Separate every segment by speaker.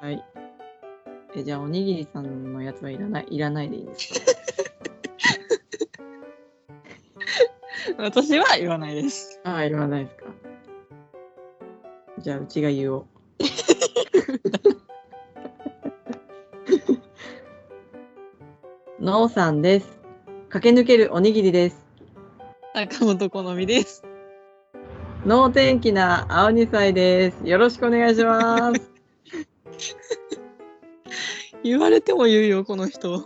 Speaker 1: はい。え、じゃあ、おにぎりさんのやつはいらない、いらないでいいんです
Speaker 2: ん。私は言わないです。
Speaker 1: かああ、いらないですか。じゃあ、うちが言 おう。のうさんです。駆け抜けるおにぎりです。
Speaker 2: 中本好みです。
Speaker 1: 能天気な青二歳です。よろしくお願いし ます。
Speaker 2: 言われても言うよ、この人。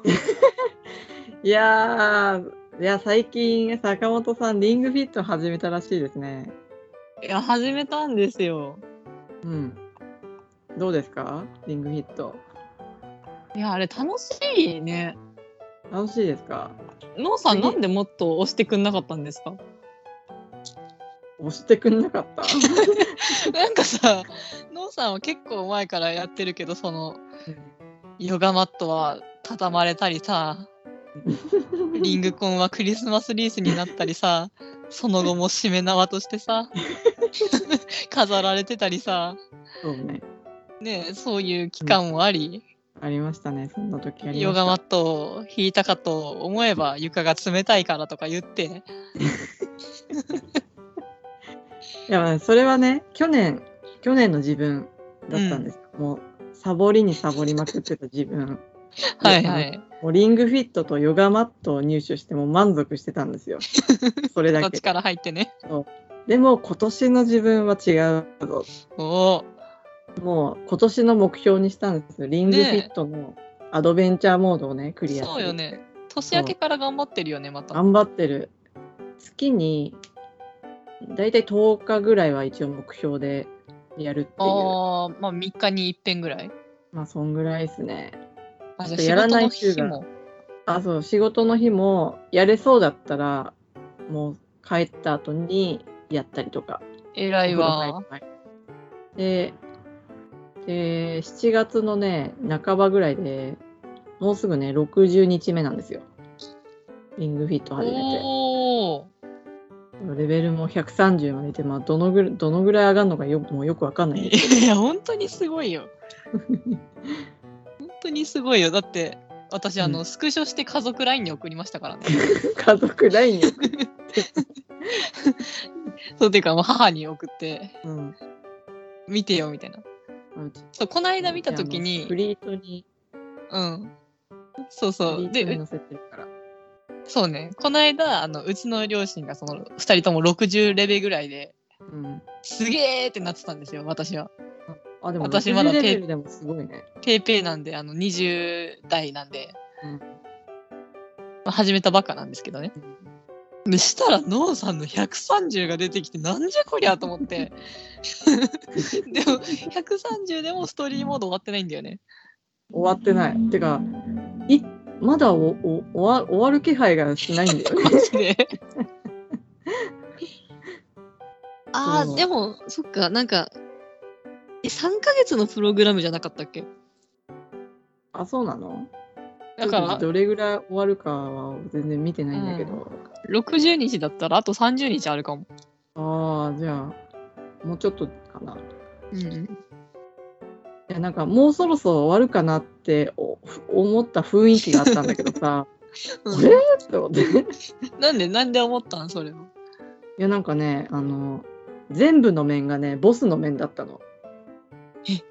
Speaker 1: いやー、いや、最近、坂本さん、リングフィット始めたらしいですね。
Speaker 2: いや、始めたんですよ。
Speaker 1: うん。どうですかリングフィット。
Speaker 2: いや、あれ楽しいね。
Speaker 1: 楽しいですか
Speaker 2: のうさん、
Speaker 1: ね
Speaker 2: なんでもっと押してくんなかったんですか
Speaker 1: 押してくんなかった
Speaker 2: なんかさ、のうさんは結構前からやってるけど、その、ヨガマットは畳まれたりさ、リングコンはクリスマスリースになったりさ、その後もしめ縄として さ、飾られてたりさ、
Speaker 1: そうね。
Speaker 2: ねえそういう期間もあり、
Speaker 1: ありましたね。そんな時ありました。
Speaker 2: ヨガマットを引いたかと思えば床が冷たいからとか言って、
Speaker 1: いや、それはね、去年、去年の自分だったんです。もう、サボりにサボりまくってた自分。
Speaker 2: はいはい。
Speaker 1: もうリングフィットとヨガマットを入手してもう満足してたん ですよ。それだけ。
Speaker 2: 形から入ってね。
Speaker 1: でも今年の自分は違うぞ。
Speaker 2: おお、
Speaker 1: もう今年の目標にしたんですよ。リングフィットのアドベンチャーモードをね、クリアする
Speaker 2: そうよね。年明けから頑張ってるよね、また。
Speaker 1: 頑張ってる。月にだいたい10日ぐらいは一応目標でやるっていう。
Speaker 2: ああ、まあ3日に一遍ぐらい。
Speaker 1: まあそんぐらいですね。
Speaker 2: あ、じ
Speaker 1: ちょっとやらない
Speaker 2: 仕事の日も。
Speaker 1: あ、そう、仕事の日もやれそうだったら、もう帰った後にやったりとか。
Speaker 2: 偉いわ。
Speaker 1: はいで、で、7月のね、半ばぐらいで、もうすぐね、60日目なんですよ。リングフィット始め
Speaker 2: おお、
Speaker 1: て。レベルも130までいて、まあ、どのぐらい、どのぐらい上がるのかよ、もうよくわかんない。
Speaker 2: いや、本当にすごいよ。本当にすごいよ。だって、私、あの、
Speaker 1: う
Speaker 2: スクショして家族 LINE に送りましたからね。
Speaker 1: 家族ラインに送って。
Speaker 2: そう、ていうか、もう母に送って、
Speaker 1: うん。
Speaker 2: 見てよ、みたいな。
Speaker 1: うち
Speaker 2: そう、この間見たとき
Speaker 1: あのフ
Speaker 2: に、
Speaker 1: リートに、
Speaker 2: うん。そう
Speaker 1: フ
Speaker 2: そう。
Speaker 1: リート
Speaker 2: で
Speaker 1: に、載せてるから。
Speaker 2: そうね、この間、あの、うちの両親が、その、2人とも60レベルぐらいで、
Speaker 1: うん。
Speaker 2: すげーってなってたんですよ、私は。
Speaker 1: あ、でも、私
Speaker 2: 私ま
Speaker 1: ま
Speaker 2: だ
Speaker 1: だ
Speaker 2: 手
Speaker 1: レベルでもすごいね。
Speaker 2: ペーペーなんで、あの、20代なんで、
Speaker 1: うん
Speaker 2: まあ始めたばっかなんですけどね。でしたら、ノーさんの130が出てきて、なんじゃこりゃと思って。でも、130でもストーリーモード終わってないんだよね。
Speaker 1: 終わってない。てか、いまだおお終わ終わる気配がしないんだよ ね。
Speaker 2: マジで。あ
Speaker 1: そ
Speaker 2: ー、
Speaker 1: う
Speaker 2: でも、そっか、なんか、え、3ヶ月のプログラムじゃなかったっけ
Speaker 1: あ、そうなの
Speaker 2: だか
Speaker 1: ちょっと
Speaker 2: ら、
Speaker 1: どれぐらい終わるかは全然見てないんだけど。
Speaker 2: 60日だったら、あと30日あるかも。
Speaker 1: ああ、じゃあ、もうちょっとかな。い
Speaker 2: うん。
Speaker 1: や、なんかもうそろそろ終わるかなっておふ思った雰囲気があったんだけど さ、あ れって思って。い
Speaker 2: なんで、なんで思ったんそれは。
Speaker 1: や、なんかね、あの、全部の面がね、ボスの面だったの。
Speaker 2: え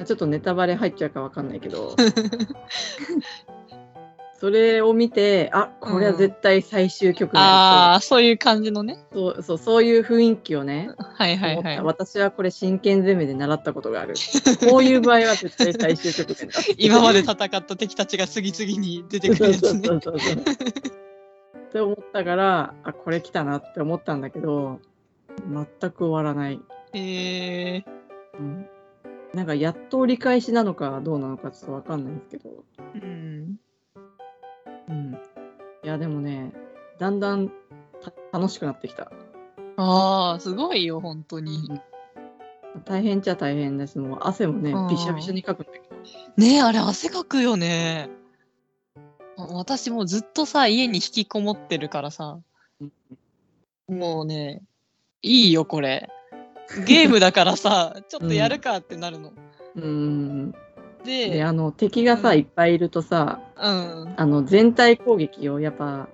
Speaker 1: あちょっとネタバレ入っちゃうかわかんないけ ど。それを見て、あこれは絶対最終局
Speaker 2: あ
Speaker 1: だ、
Speaker 2: あ、そういう感じのね。
Speaker 1: そうそうそういう雰囲気をね、
Speaker 2: はいはい
Speaker 1: 思
Speaker 2: は
Speaker 1: った
Speaker 2: い。。
Speaker 1: 私はこれ真剣攻めで習ったことがある。こういう場合は絶対最終局面だ
Speaker 2: 今まで戦った敵たちが次々に出て
Speaker 1: そう
Speaker 2: く
Speaker 1: そ
Speaker 2: る
Speaker 1: う
Speaker 2: や
Speaker 1: そうそ。
Speaker 2: つね
Speaker 1: うそう。 って思ったから、あこれ来たなって思ったんだけど、全く終わらない。
Speaker 2: へえ
Speaker 1: うんなんかやっと折り返しなのかどうなのかちょっとわかんないんですけど。
Speaker 2: うん。
Speaker 1: うん、いやでもね、だんだんた楽しくなってきた。
Speaker 2: ああ、すごいよ、本当に。
Speaker 1: 大変っちゃ大変です。もう汗もね
Speaker 2: あー、
Speaker 1: びしゃびしゃにかくんだけど。
Speaker 2: ねえ、あれ、汗かくよね。あ私もうずっとさ、家に引きこもってるからさ
Speaker 1: うん。
Speaker 2: も うね、いいよ、これ。ゲームだからさ、ちょっとやるかってなるの。
Speaker 1: うん。で、
Speaker 2: で、
Speaker 1: あの、敵がさ、
Speaker 2: うん
Speaker 1: いっぱいいるとさ、
Speaker 2: うん。
Speaker 1: あの、全体攻撃をやっぱ、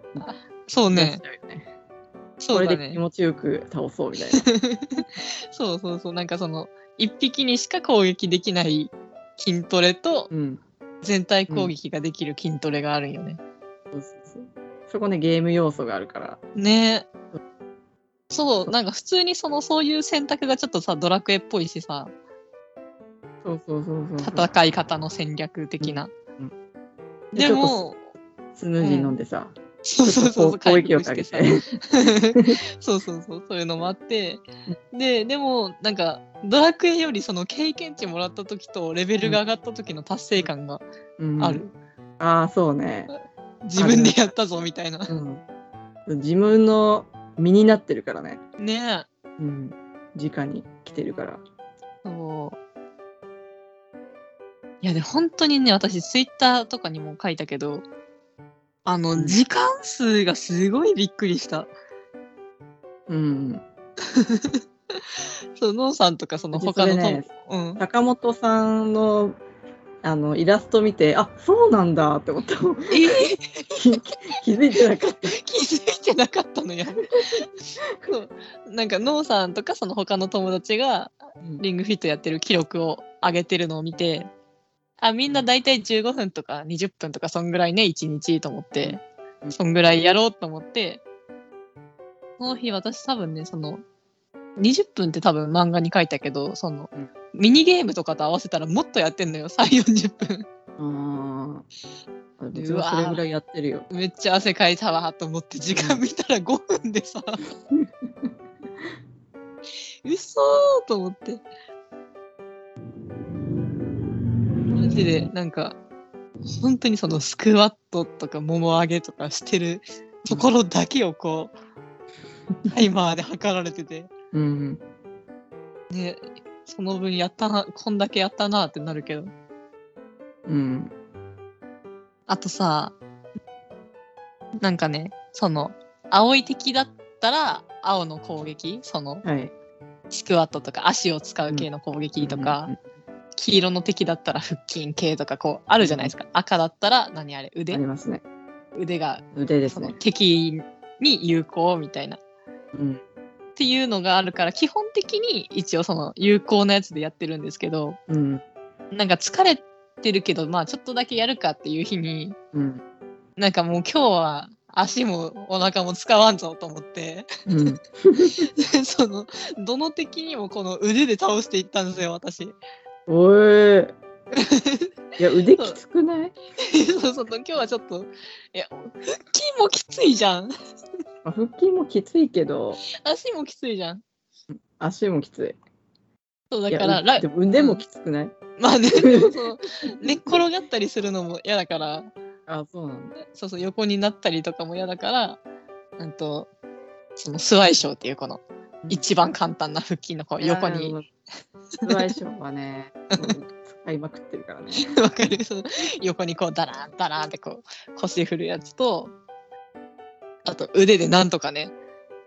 Speaker 2: そう
Speaker 1: 出し
Speaker 2: ね。
Speaker 1: ちゃうよね
Speaker 2: そ
Speaker 1: こ
Speaker 2: う
Speaker 1: れ
Speaker 2: だ
Speaker 1: で気
Speaker 2: ね。
Speaker 1: 持ちよく倒そうみたいな。
Speaker 2: そうそうそう。なんかその、一匹にしか攻撃できない筋トレと、
Speaker 1: うん。
Speaker 2: 全体攻撃ができる筋トレがあるんよね。
Speaker 1: そうそうそう。そこね、ゲーム要素があるから。
Speaker 2: ねそう、なんか普通にその、そういう選択がちょっとさ、ドラクエっぽいしさ、
Speaker 1: そうそうそうそうそう。
Speaker 2: 戦い方の戦略的な。
Speaker 1: うん
Speaker 2: でも、
Speaker 1: スムージー飲んでさ、
Speaker 2: そうそうそう
Speaker 1: ちょ
Speaker 2: そう、
Speaker 1: っとこう攻撃力上
Speaker 2: 回
Speaker 1: げ
Speaker 2: 復
Speaker 1: て。
Speaker 2: してさ そうそうそう、そういうのもあって。で、でも、なんか、ドラクエよりその経験値もらった時とレベルが上がった時の達成感が
Speaker 1: うん
Speaker 2: ある。
Speaker 1: ああ、そうね。
Speaker 2: 自分でやったぞみたいな。
Speaker 1: うん。自分の身になってるからね。
Speaker 2: ね
Speaker 1: うん。直に来てるから。
Speaker 2: そう。いや、で、本当にね、私、ツイッターとかにも書いたけど、あ
Speaker 1: う
Speaker 2: の、
Speaker 1: ん
Speaker 2: 時間数がすごいびっくりした。
Speaker 1: うん。
Speaker 2: そう、ノンさんとか、その
Speaker 1: 私
Speaker 2: 他の
Speaker 1: それね
Speaker 2: とも、うん。
Speaker 1: 坂本さんの、あの、イラスト見て、あ、そうなんだって思った。
Speaker 2: え
Speaker 1: 気気づいてなかった。
Speaker 2: 気づいてなかったのや そうなんかノーさんとかその他の友達がリングフィットやってる記録を上げてるのを見てあみんな大体15分とか20分とかそんぐらいね1日と思って
Speaker 1: うん
Speaker 2: そんぐらいやろうと思ってその日私多分ねその20分って多分漫画に書いたけどその
Speaker 1: うん
Speaker 2: ミニゲームとかと合わせたらもっとやってんのよ3 40分
Speaker 1: ああ。うちはそれぐらいやってるよ。
Speaker 2: めっちゃ汗かいたわと思って時間見たら5分でさ嘘ーと思ってマジでなんか本当にそのスクワットとかもも上げとかしてるところだけをこうタイマーで測られてて
Speaker 1: うん。
Speaker 2: その分やったなこんだけやったなってなるけど
Speaker 1: うん。
Speaker 2: あとさなんかねその青い敵だったら青の攻撃その
Speaker 1: はい。
Speaker 2: スクワットとか足を使う系の攻撃とか、黄色の敵だったら腹筋系とかこうあるじゃないですか、赤だったら何あれ
Speaker 1: うん。
Speaker 2: 腕
Speaker 1: ありますね。
Speaker 2: 腕が
Speaker 1: 腕で
Speaker 2: そ
Speaker 1: す
Speaker 2: の
Speaker 1: ね。
Speaker 2: 敵に有効みたいなっ
Speaker 1: うん。
Speaker 2: ていうのがあるから基本的に一応その有効なやつでやってるんですけど
Speaker 1: うん。
Speaker 2: なんか疲れてるけどまあちょっとだけやるかっていう日に
Speaker 1: うん。
Speaker 2: なんかもう今日は足もお腹も使わんぞと思って
Speaker 1: うん。
Speaker 2: そのどの敵にもこの腕で倒していったんですよ私。
Speaker 1: おえ。いや、腕きつくない
Speaker 2: そうそう、今日はちょっと、いや、腹筋もきついじゃん。
Speaker 1: まあ腹筋もきついけど、
Speaker 2: 足もきついじゃん。
Speaker 1: 足もきつい。
Speaker 2: そう、だ
Speaker 1: いや
Speaker 2: から、
Speaker 1: う
Speaker 2: ら
Speaker 1: でも腕もきつくない、
Speaker 2: まあね、でもその、寝っ転がったりするのも嫌だから、
Speaker 1: あ、そうなんだ。
Speaker 2: そうそう、横になったりとかも嫌だから、うんと、その、スワイショーっていうこの、一番簡単な腹筋のこう横
Speaker 1: いや
Speaker 2: に、。
Speaker 1: スワイショーはね、もう使いまくってるからね。
Speaker 2: わかるその横にこう、ダランダランってこう、腰振るやつと、あと腕でなんとかね、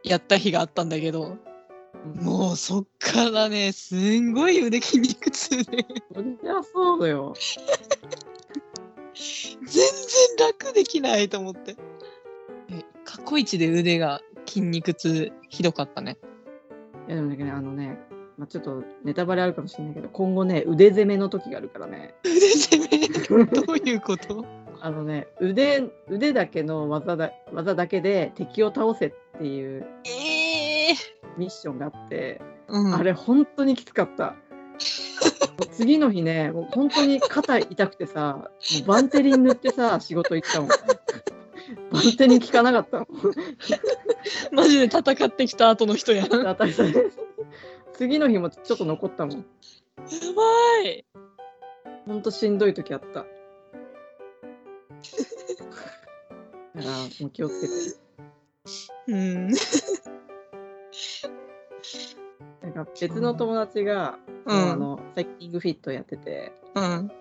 Speaker 2: やった日があったんだけど、もうそっからね、すんごい腕筋肉痛で、
Speaker 1: そりゃそうだよ。
Speaker 2: 全然楽できないと思って。え過去一で腕が筋肉痛ひどかったね。
Speaker 1: いやでもね、あのね、まあ、ちょっとネタバレあるかもしれないけど、今後ね、腕攻めの時があるから ね。
Speaker 2: 腕攻めどういうこと
Speaker 1: あのね、腕、腕だけの技だ、技だけで敵を倒せっていう
Speaker 2: ええ
Speaker 1: ミッションがあって、
Speaker 2: うん、
Speaker 1: あれ本当にきつかった。次の日ね、もう本当に肩痛くてさ、もうバンテリン塗ってさ、仕事行ったもん。バンテリン効かなかったもん。
Speaker 2: マジで戦ってきた後の人やん。や
Speaker 1: 当
Speaker 2: ば
Speaker 1: たり前次の日もちょっと残ったもん。
Speaker 2: い。
Speaker 1: ほんとしんどい時あった。だから、もう気をつけて。
Speaker 2: うん。
Speaker 1: なんか別の友達が、
Speaker 2: う
Speaker 1: もうあ
Speaker 2: ん。
Speaker 1: の、最近リングフィットやってて、
Speaker 2: うん。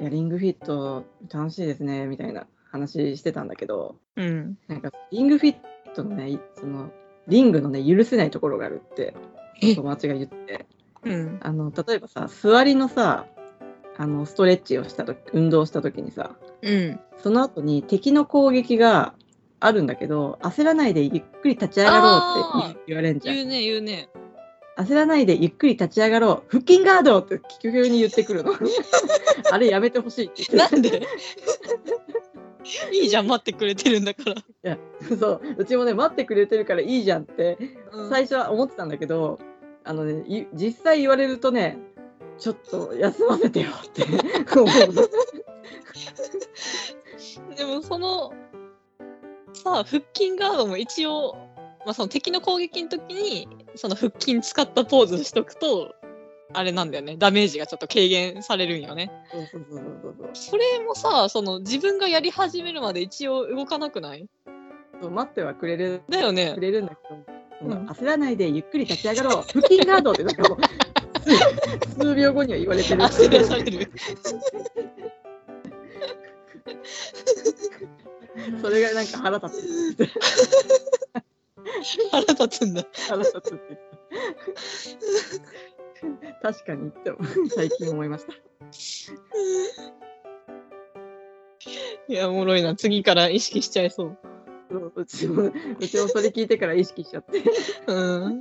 Speaker 1: いや、リングフィット楽しいですね、みたいな話してたんだけど、
Speaker 2: うん。
Speaker 1: なんか、リングフィットのね、いその、リングのね、許せないところがあるって、
Speaker 2: え
Speaker 1: 友達が言って、
Speaker 2: うん。
Speaker 1: あの例えばさ座りのさあのストレッチをした時運動した時にさ
Speaker 2: うん。
Speaker 1: その後に敵の攻撃があるんだけど焦らないでゆっくり立ち上がろうって言われんじゃん
Speaker 2: 言うね、言うね。
Speaker 1: 焦らないでゆっくり立ち上がろう腹筋ガードって急に言ってくる のあれやめてほしいって言
Speaker 2: な
Speaker 1: って
Speaker 2: んで いいじゃん、待ってくれてるんだから。
Speaker 1: そううちもね待ってくれてるからいいじゃんって
Speaker 2: うん
Speaker 1: 最初は思ってたんだけどあのねい実際言われるとねちょっと休ませてよ って思うの
Speaker 2: でもそのさあ腹筋ガードも一応、まあ、その敵の攻撃の時にその腹筋使ったポーズしとくとあれなんだよねダメージがちょっと軽減されるんよね
Speaker 1: そうそうそうそうそう
Speaker 2: それもさその自分がやり始めるまで一応動かなくない
Speaker 1: そう待ってはくれる
Speaker 2: だよね
Speaker 1: くれるんだけど、その
Speaker 2: うん
Speaker 1: 焦らないでゆっくり立ち上がろう腹筋ガードってなんかも う数数秒後には言われてる
Speaker 2: あそれされる
Speaker 1: それがなんか腹立つって
Speaker 2: 腹立つんだ
Speaker 1: 腹立つって言った確かにって最近思いました
Speaker 2: いやおもろいな次から意識しちゃいそう
Speaker 1: そううちもうちもそれ聞いてから意識しちゃって
Speaker 2: うん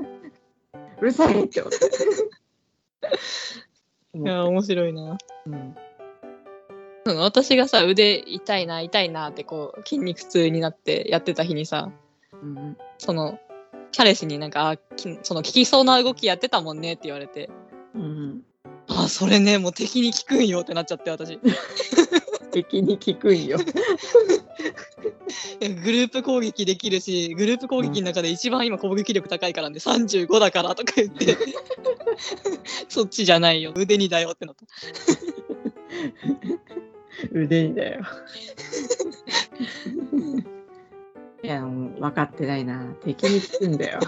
Speaker 1: うるさいって思って
Speaker 2: いや面白いな
Speaker 1: うん
Speaker 2: その私がさ腕痛いな痛いなってこう筋肉痛になってやってた日にさ
Speaker 1: うん
Speaker 2: その彼氏になんかあきその効きそうな動きやってたもんねって言われて
Speaker 1: うん
Speaker 2: あそれねもう敵に効くんよってなっちゃって私い
Speaker 1: 敵に効くんよ
Speaker 2: やグループ攻撃できるしグループ攻撃の中で一番今攻撃力高いからね35だからとか言って そっちじゃないよ腕にだよってなった
Speaker 1: 腕にだよいやもう分かってないな敵に効くんだよ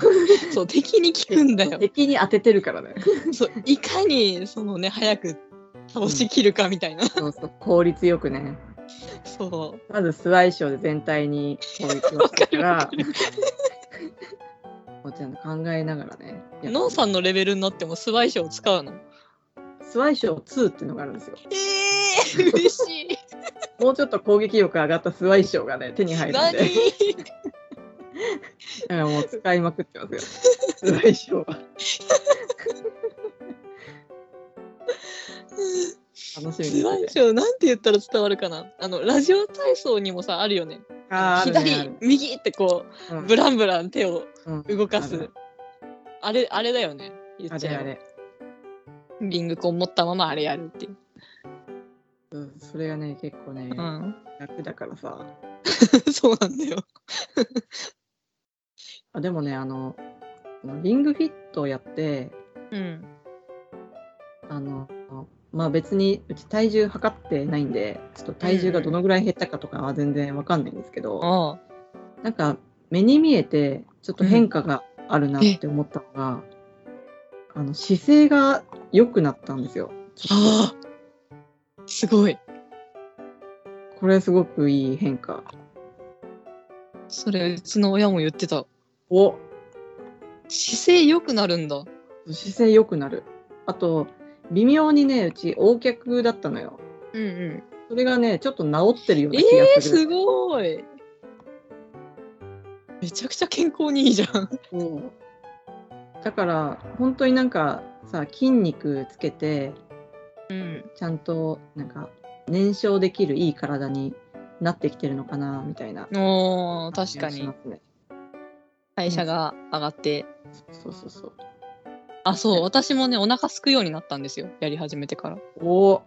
Speaker 2: そう敵に効くんだよ
Speaker 1: 敵に当ててるからね
Speaker 2: そういかにそのね早く倒しきるかみたいな、
Speaker 1: そうそう効率よくね
Speaker 2: そう
Speaker 1: まずスワイショーで全体に攻撃をしてか
Speaker 2: わ
Speaker 1: ら
Speaker 2: か
Speaker 1: こうちゃんと考えながらねやっ
Speaker 2: ノンさんのレベルになってもスワイショーを使うの
Speaker 1: スワイショー2っていうのがあるんですよ
Speaker 2: えー、嬉しい
Speaker 1: もうちょっと攻撃力上がったスワイショーがね手に入るんで
Speaker 2: 何
Speaker 1: だからもう使いまくってます よスワイショーは楽しみ で
Speaker 2: スワ
Speaker 1: す、ね
Speaker 2: イ、ショーなんて言ったら伝わるかなあのラジオ体操にもさあるよね
Speaker 1: あーあるね
Speaker 2: 左
Speaker 1: ある
Speaker 2: 右ってこ
Speaker 1: う
Speaker 2: うんブランブラン手を
Speaker 1: うん
Speaker 2: 動かす
Speaker 1: ある
Speaker 2: あれあれだよね言
Speaker 1: あ
Speaker 2: っち
Speaker 1: れ
Speaker 2: ゃ
Speaker 1: あ
Speaker 2: え
Speaker 1: れ
Speaker 2: ばリングコン持ったままあれやるっていう、
Speaker 1: うんそれがね結構ね、
Speaker 2: うん、
Speaker 1: 楽だからさ
Speaker 2: そう なんだよ
Speaker 1: あでもねあのリングフィットをやって
Speaker 2: うん
Speaker 1: あのまあ別にうち体重測ってないんでちょっと体重がどのぐらい減ったかとかは全然わかんないんですけど、
Speaker 2: あ
Speaker 1: なんか目に見えてちょっと変化があるなって思ったのが、あの姿勢が良くなったんですよ。ちょっ
Speaker 2: あすごい
Speaker 1: とこれすごくいい変化。
Speaker 2: それうちの親も言ってた
Speaker 1: お
Speaker 2: 姿勢良くなるんだ
Speaker 1: 姿勢良くなる。あと微妙にねうち横脚だったのよ。
Speaker 2: うんうん
Speaker 1: それがねちょっと治ってるよう
Speaker 2: え
Speaker 1: な気
Speaker 2: ー、
Speaker 1: がする。
Speaker 2: すごいめちゃくちゃ健康にいいじゃん
Speaker 1: そうだから本当になんかさ筋肉つけて
Speaker 2: うん
Speaker 1: ちゃんとなんか燃焼できるいい体になってきてるのかなみたいな
Speaker 2: おー確
Speaker 1: 感じ
Speaker 2: か
Speaker 1: が
Speaker 2: に
Speaker 1: しますね
Speaker 2: 代謝が上がって
Speaker 1: そうそうそう
Speaker 2: あそう私もねお腹すくようになったんですよやり始めてから
Speaker 1: おお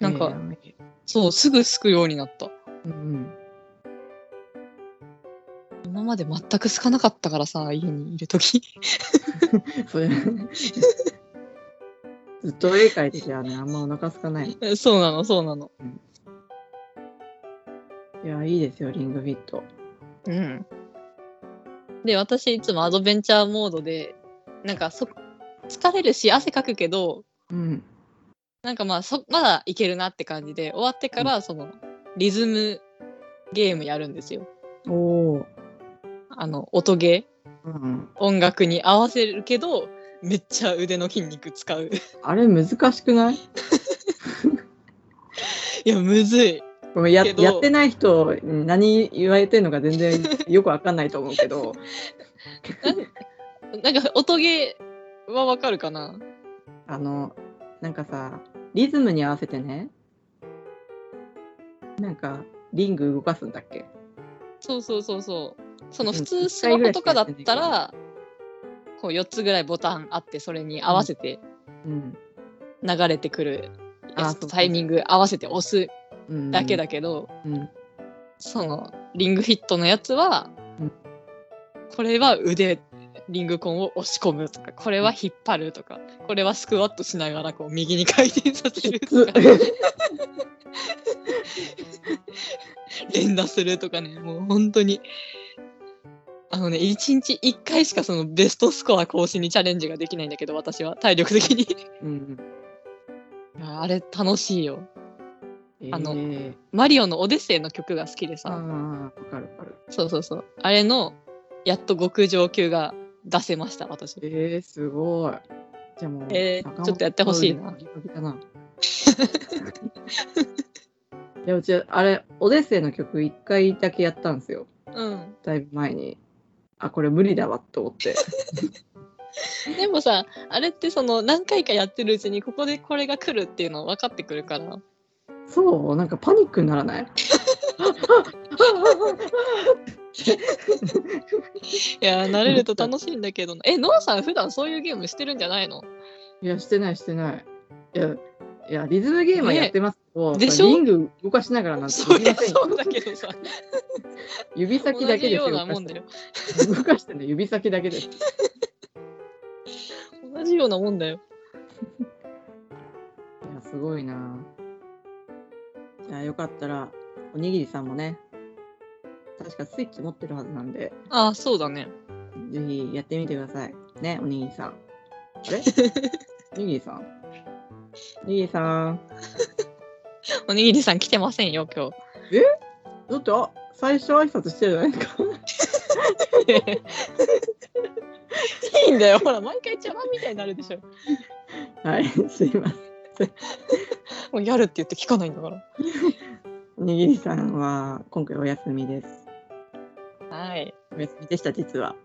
Speaker 2: なんか
Speaker 1: え
Speaker 2: そうすぐすくようになった
Speaker 1: ーうん
Speaker 2: 今まで全くすかなかったからさ家にいる時
Speaker 1: うん、それずっと絵描いててはねあんまお腹空かない
Speaker 2: そうなのそうなの
Speaker 1: いやいいですよリングフィット
Speaker 2: うんで私いつもアドベンチャーモードでなんかそ疲れるし汗かくけど
Speaker 1: うん
Speaker 2: なんかまあそまだいけるなって感じで終わってからそのリズムゲームやるんですよ
Speaker 1: おお
Speaker 2: あの音ゲー
Speaker 1: うん
Speaker 2: 音楽に合わせるけどめっちゃ腕の筋肉使う。
Speaker 1: あれ難しくない
Speaker 2: いや、むずい。
Speaker 1: ごめんや
Speaker 2: けど
Speaker 1: やってない人に何言われてるのか全然よくわかんないと思うけ ど
Speaker 2: なんか、音ゲーはわかるかな
Speaker 1: あのなんかさリズムに合わせてねなんかリング動かすんだっけ
Speaker 2: そうそうそうそう。その
Speaker 1: うん
Speaker 2: 普
Speaker 1: 一回
Speaker 2: 通スマホとかだっ
Speaker 1: ぐらいしか
Speaker 2: た
Speaker 1: や
Speaker 2: ら、こう4つぐらいボタンあって、それに合わせて
Speaker 1: うん
Speaker 2: 流れてくる
Speaker 1: あ
Speaker 2: や
Speaker 1: そう
Speaker 2: つ
Speaker 1: そう
Speaker 2: とタイミング合わせて押す
Speaker 1: うん
Speaker 2: だけだけど、
Speaker 1: うん
Speaker 2: そのリングフィットのやつは、
Speaker 1: うん
Speaker 2: これは腕リングコンを押し込むとかこれは引っ張るとかこれはスクワットしながらこう右に回転させると
Speaker 1: つ
Speaker 2: か 連打するとかねもう本当にあのね1日1回しかそのベストスコア更新にチャレンジができないんだけど私は体力的に
Speaker 1: うん
Speaker 2: あれ楽しいよ
Speaker 1: え
Speaker 2: あの
Speaker 1: ー
Speaker 2: マリオのオデッセイの曲が好きで
Speaker 1: あ
Speaker 2: さ、
Speaker 1: ーわかるわかる
Speaker 2: そうそうそうあれのやっと極上級が出せました私
Speaker 1: えー、すごいじゃあもう、
Speaker 2: えー
Speaker 1: 坂本
Speaker 2: ちょっとやってほしいな
Speaker 1: 龍一の曲だな いやうちあれオデッセイの曲一回だけやったんですよ
Speaker 2: うん
Speaker 1: だいぶ前にあこれ無理だわと思って
Speaker 2: でもさあれってその何回かやってるうちにここでこれが来るっていうの分かってくるから
Speaker 1: そうなんかパニックにならない
Speaker 2: いやー慣れると楽しいんだけどなえノアさん普段そういうゲームしてるんじゃないの
Speaker 1: いやしてないしてないいやいやリズムゲームはやってますけど、
Speaker 2: ねでしょ
Speaker 1: リング動かしながらなんて
Speaker 2: そ
Speaker 1: で
Speaker 2: う
Speaker 1: き
Speaker 2: や
Speaker 1: ませんよ
Speaker 2: そうだけどさ
Speaker 1: 指
Speaker 2: 同
Speaker 1: 先だけ
Speaker 2: じ
Speaker 1: です
Speaker 2: よ
Speaker 1: よ
Speaker 2: うなもんだよ
Speaker 1: 動かしてるの指先だけです
Speaker 2: 同じようなもんだよ
Speaker 1: いや、すごいな。じゃあ、よかったら、おにぎりさんもね、確かスイッチ持ってるはずなんで、
Speaker 2: ああそうだね
Speaker 1: ぜひやってみてください。ね、おにぎりさん。あ れおにぎりさんおにぎりさん。
Speaker 2: おにぎりさん来てませんよ今日
Speaker 1: ちょっと、あ最初挨拶してるじゃないですか。
Speaker 2: いいんだよほら毎回茶番みたいになるでしょ
Speaker 1: はい、すいません。
Speaker 2: もうやるって言って聞かないんだから
Speaker 1: おにぎりさんは、今回お休みです。
Speaker 2: はい
Speaker 1: お休みでした、実は。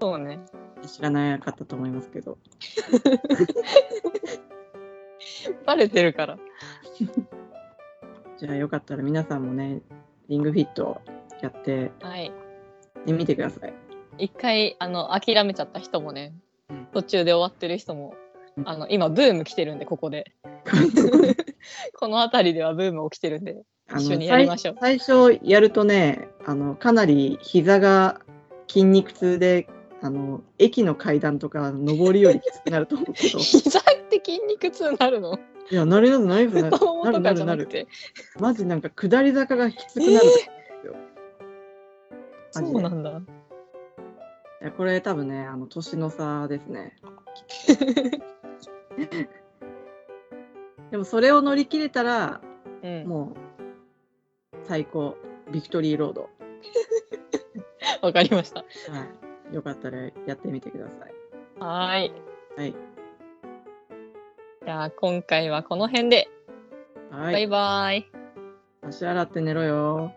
Speaker 2: そうね
Speaker 1: 知らなかったと思いますけど。
Speaker 2: バレてるから
Speaker 1: じゃあ、よかったら皆さんもね、リングフィットやって
Speaker 2: はい
Speaker 1: みてください。
Speaker 2: 一回あの諦めちゃった人もね、
Speaker 1: うん
Speaker 2: 途中で終わってる人も、
Speaker 1: うん
Speaker 2: あの今ブーム来てるんでこ こでこの辺りではブーム起きてるんで
Speaker 1: あの
Speaker 2: 一緒にやりましょう
Speaker 1: 最最初やるとねあのかなり膝が筋肉痛であの駅の階段とか上りよりきつくなると思う けどい
Speaker 2: 膝って筋肉痛になるの
Speaker 1: やなるなるなるなる
Speaker 2: 太もも
Speaker 1: なる
Speaker 2: と
Speaker 1: な
Speaker 2: か
Speaker 1: る
Speaker 2: じゃ
Speaker 1: な
Speaker 2: なく
Speaker 1: る
Speaker 2: て
Speaker 1: マジなんか下り坂がきつくなる、マジ
Speaker 2: そ
Speaker 1: で
Speaker 2: うなんだ
Speaker 1: いやこれ多分ねあの年の差ですね でもそれを乗り切れたら
Speaker 2: うん
Speaker 1: もう最高ビクトリーロード、
Speaker 2: わかりました
Speaker 1: はい、よかったらやってみてくださ
Speaker 2: はーい
Speaker 1: いはい
Speaker 2: じゃあ今回はこの辺で、
Speaker 1: はい
Speaker 2: バイバイ
Speaker 1: 足洗って寝ろよ。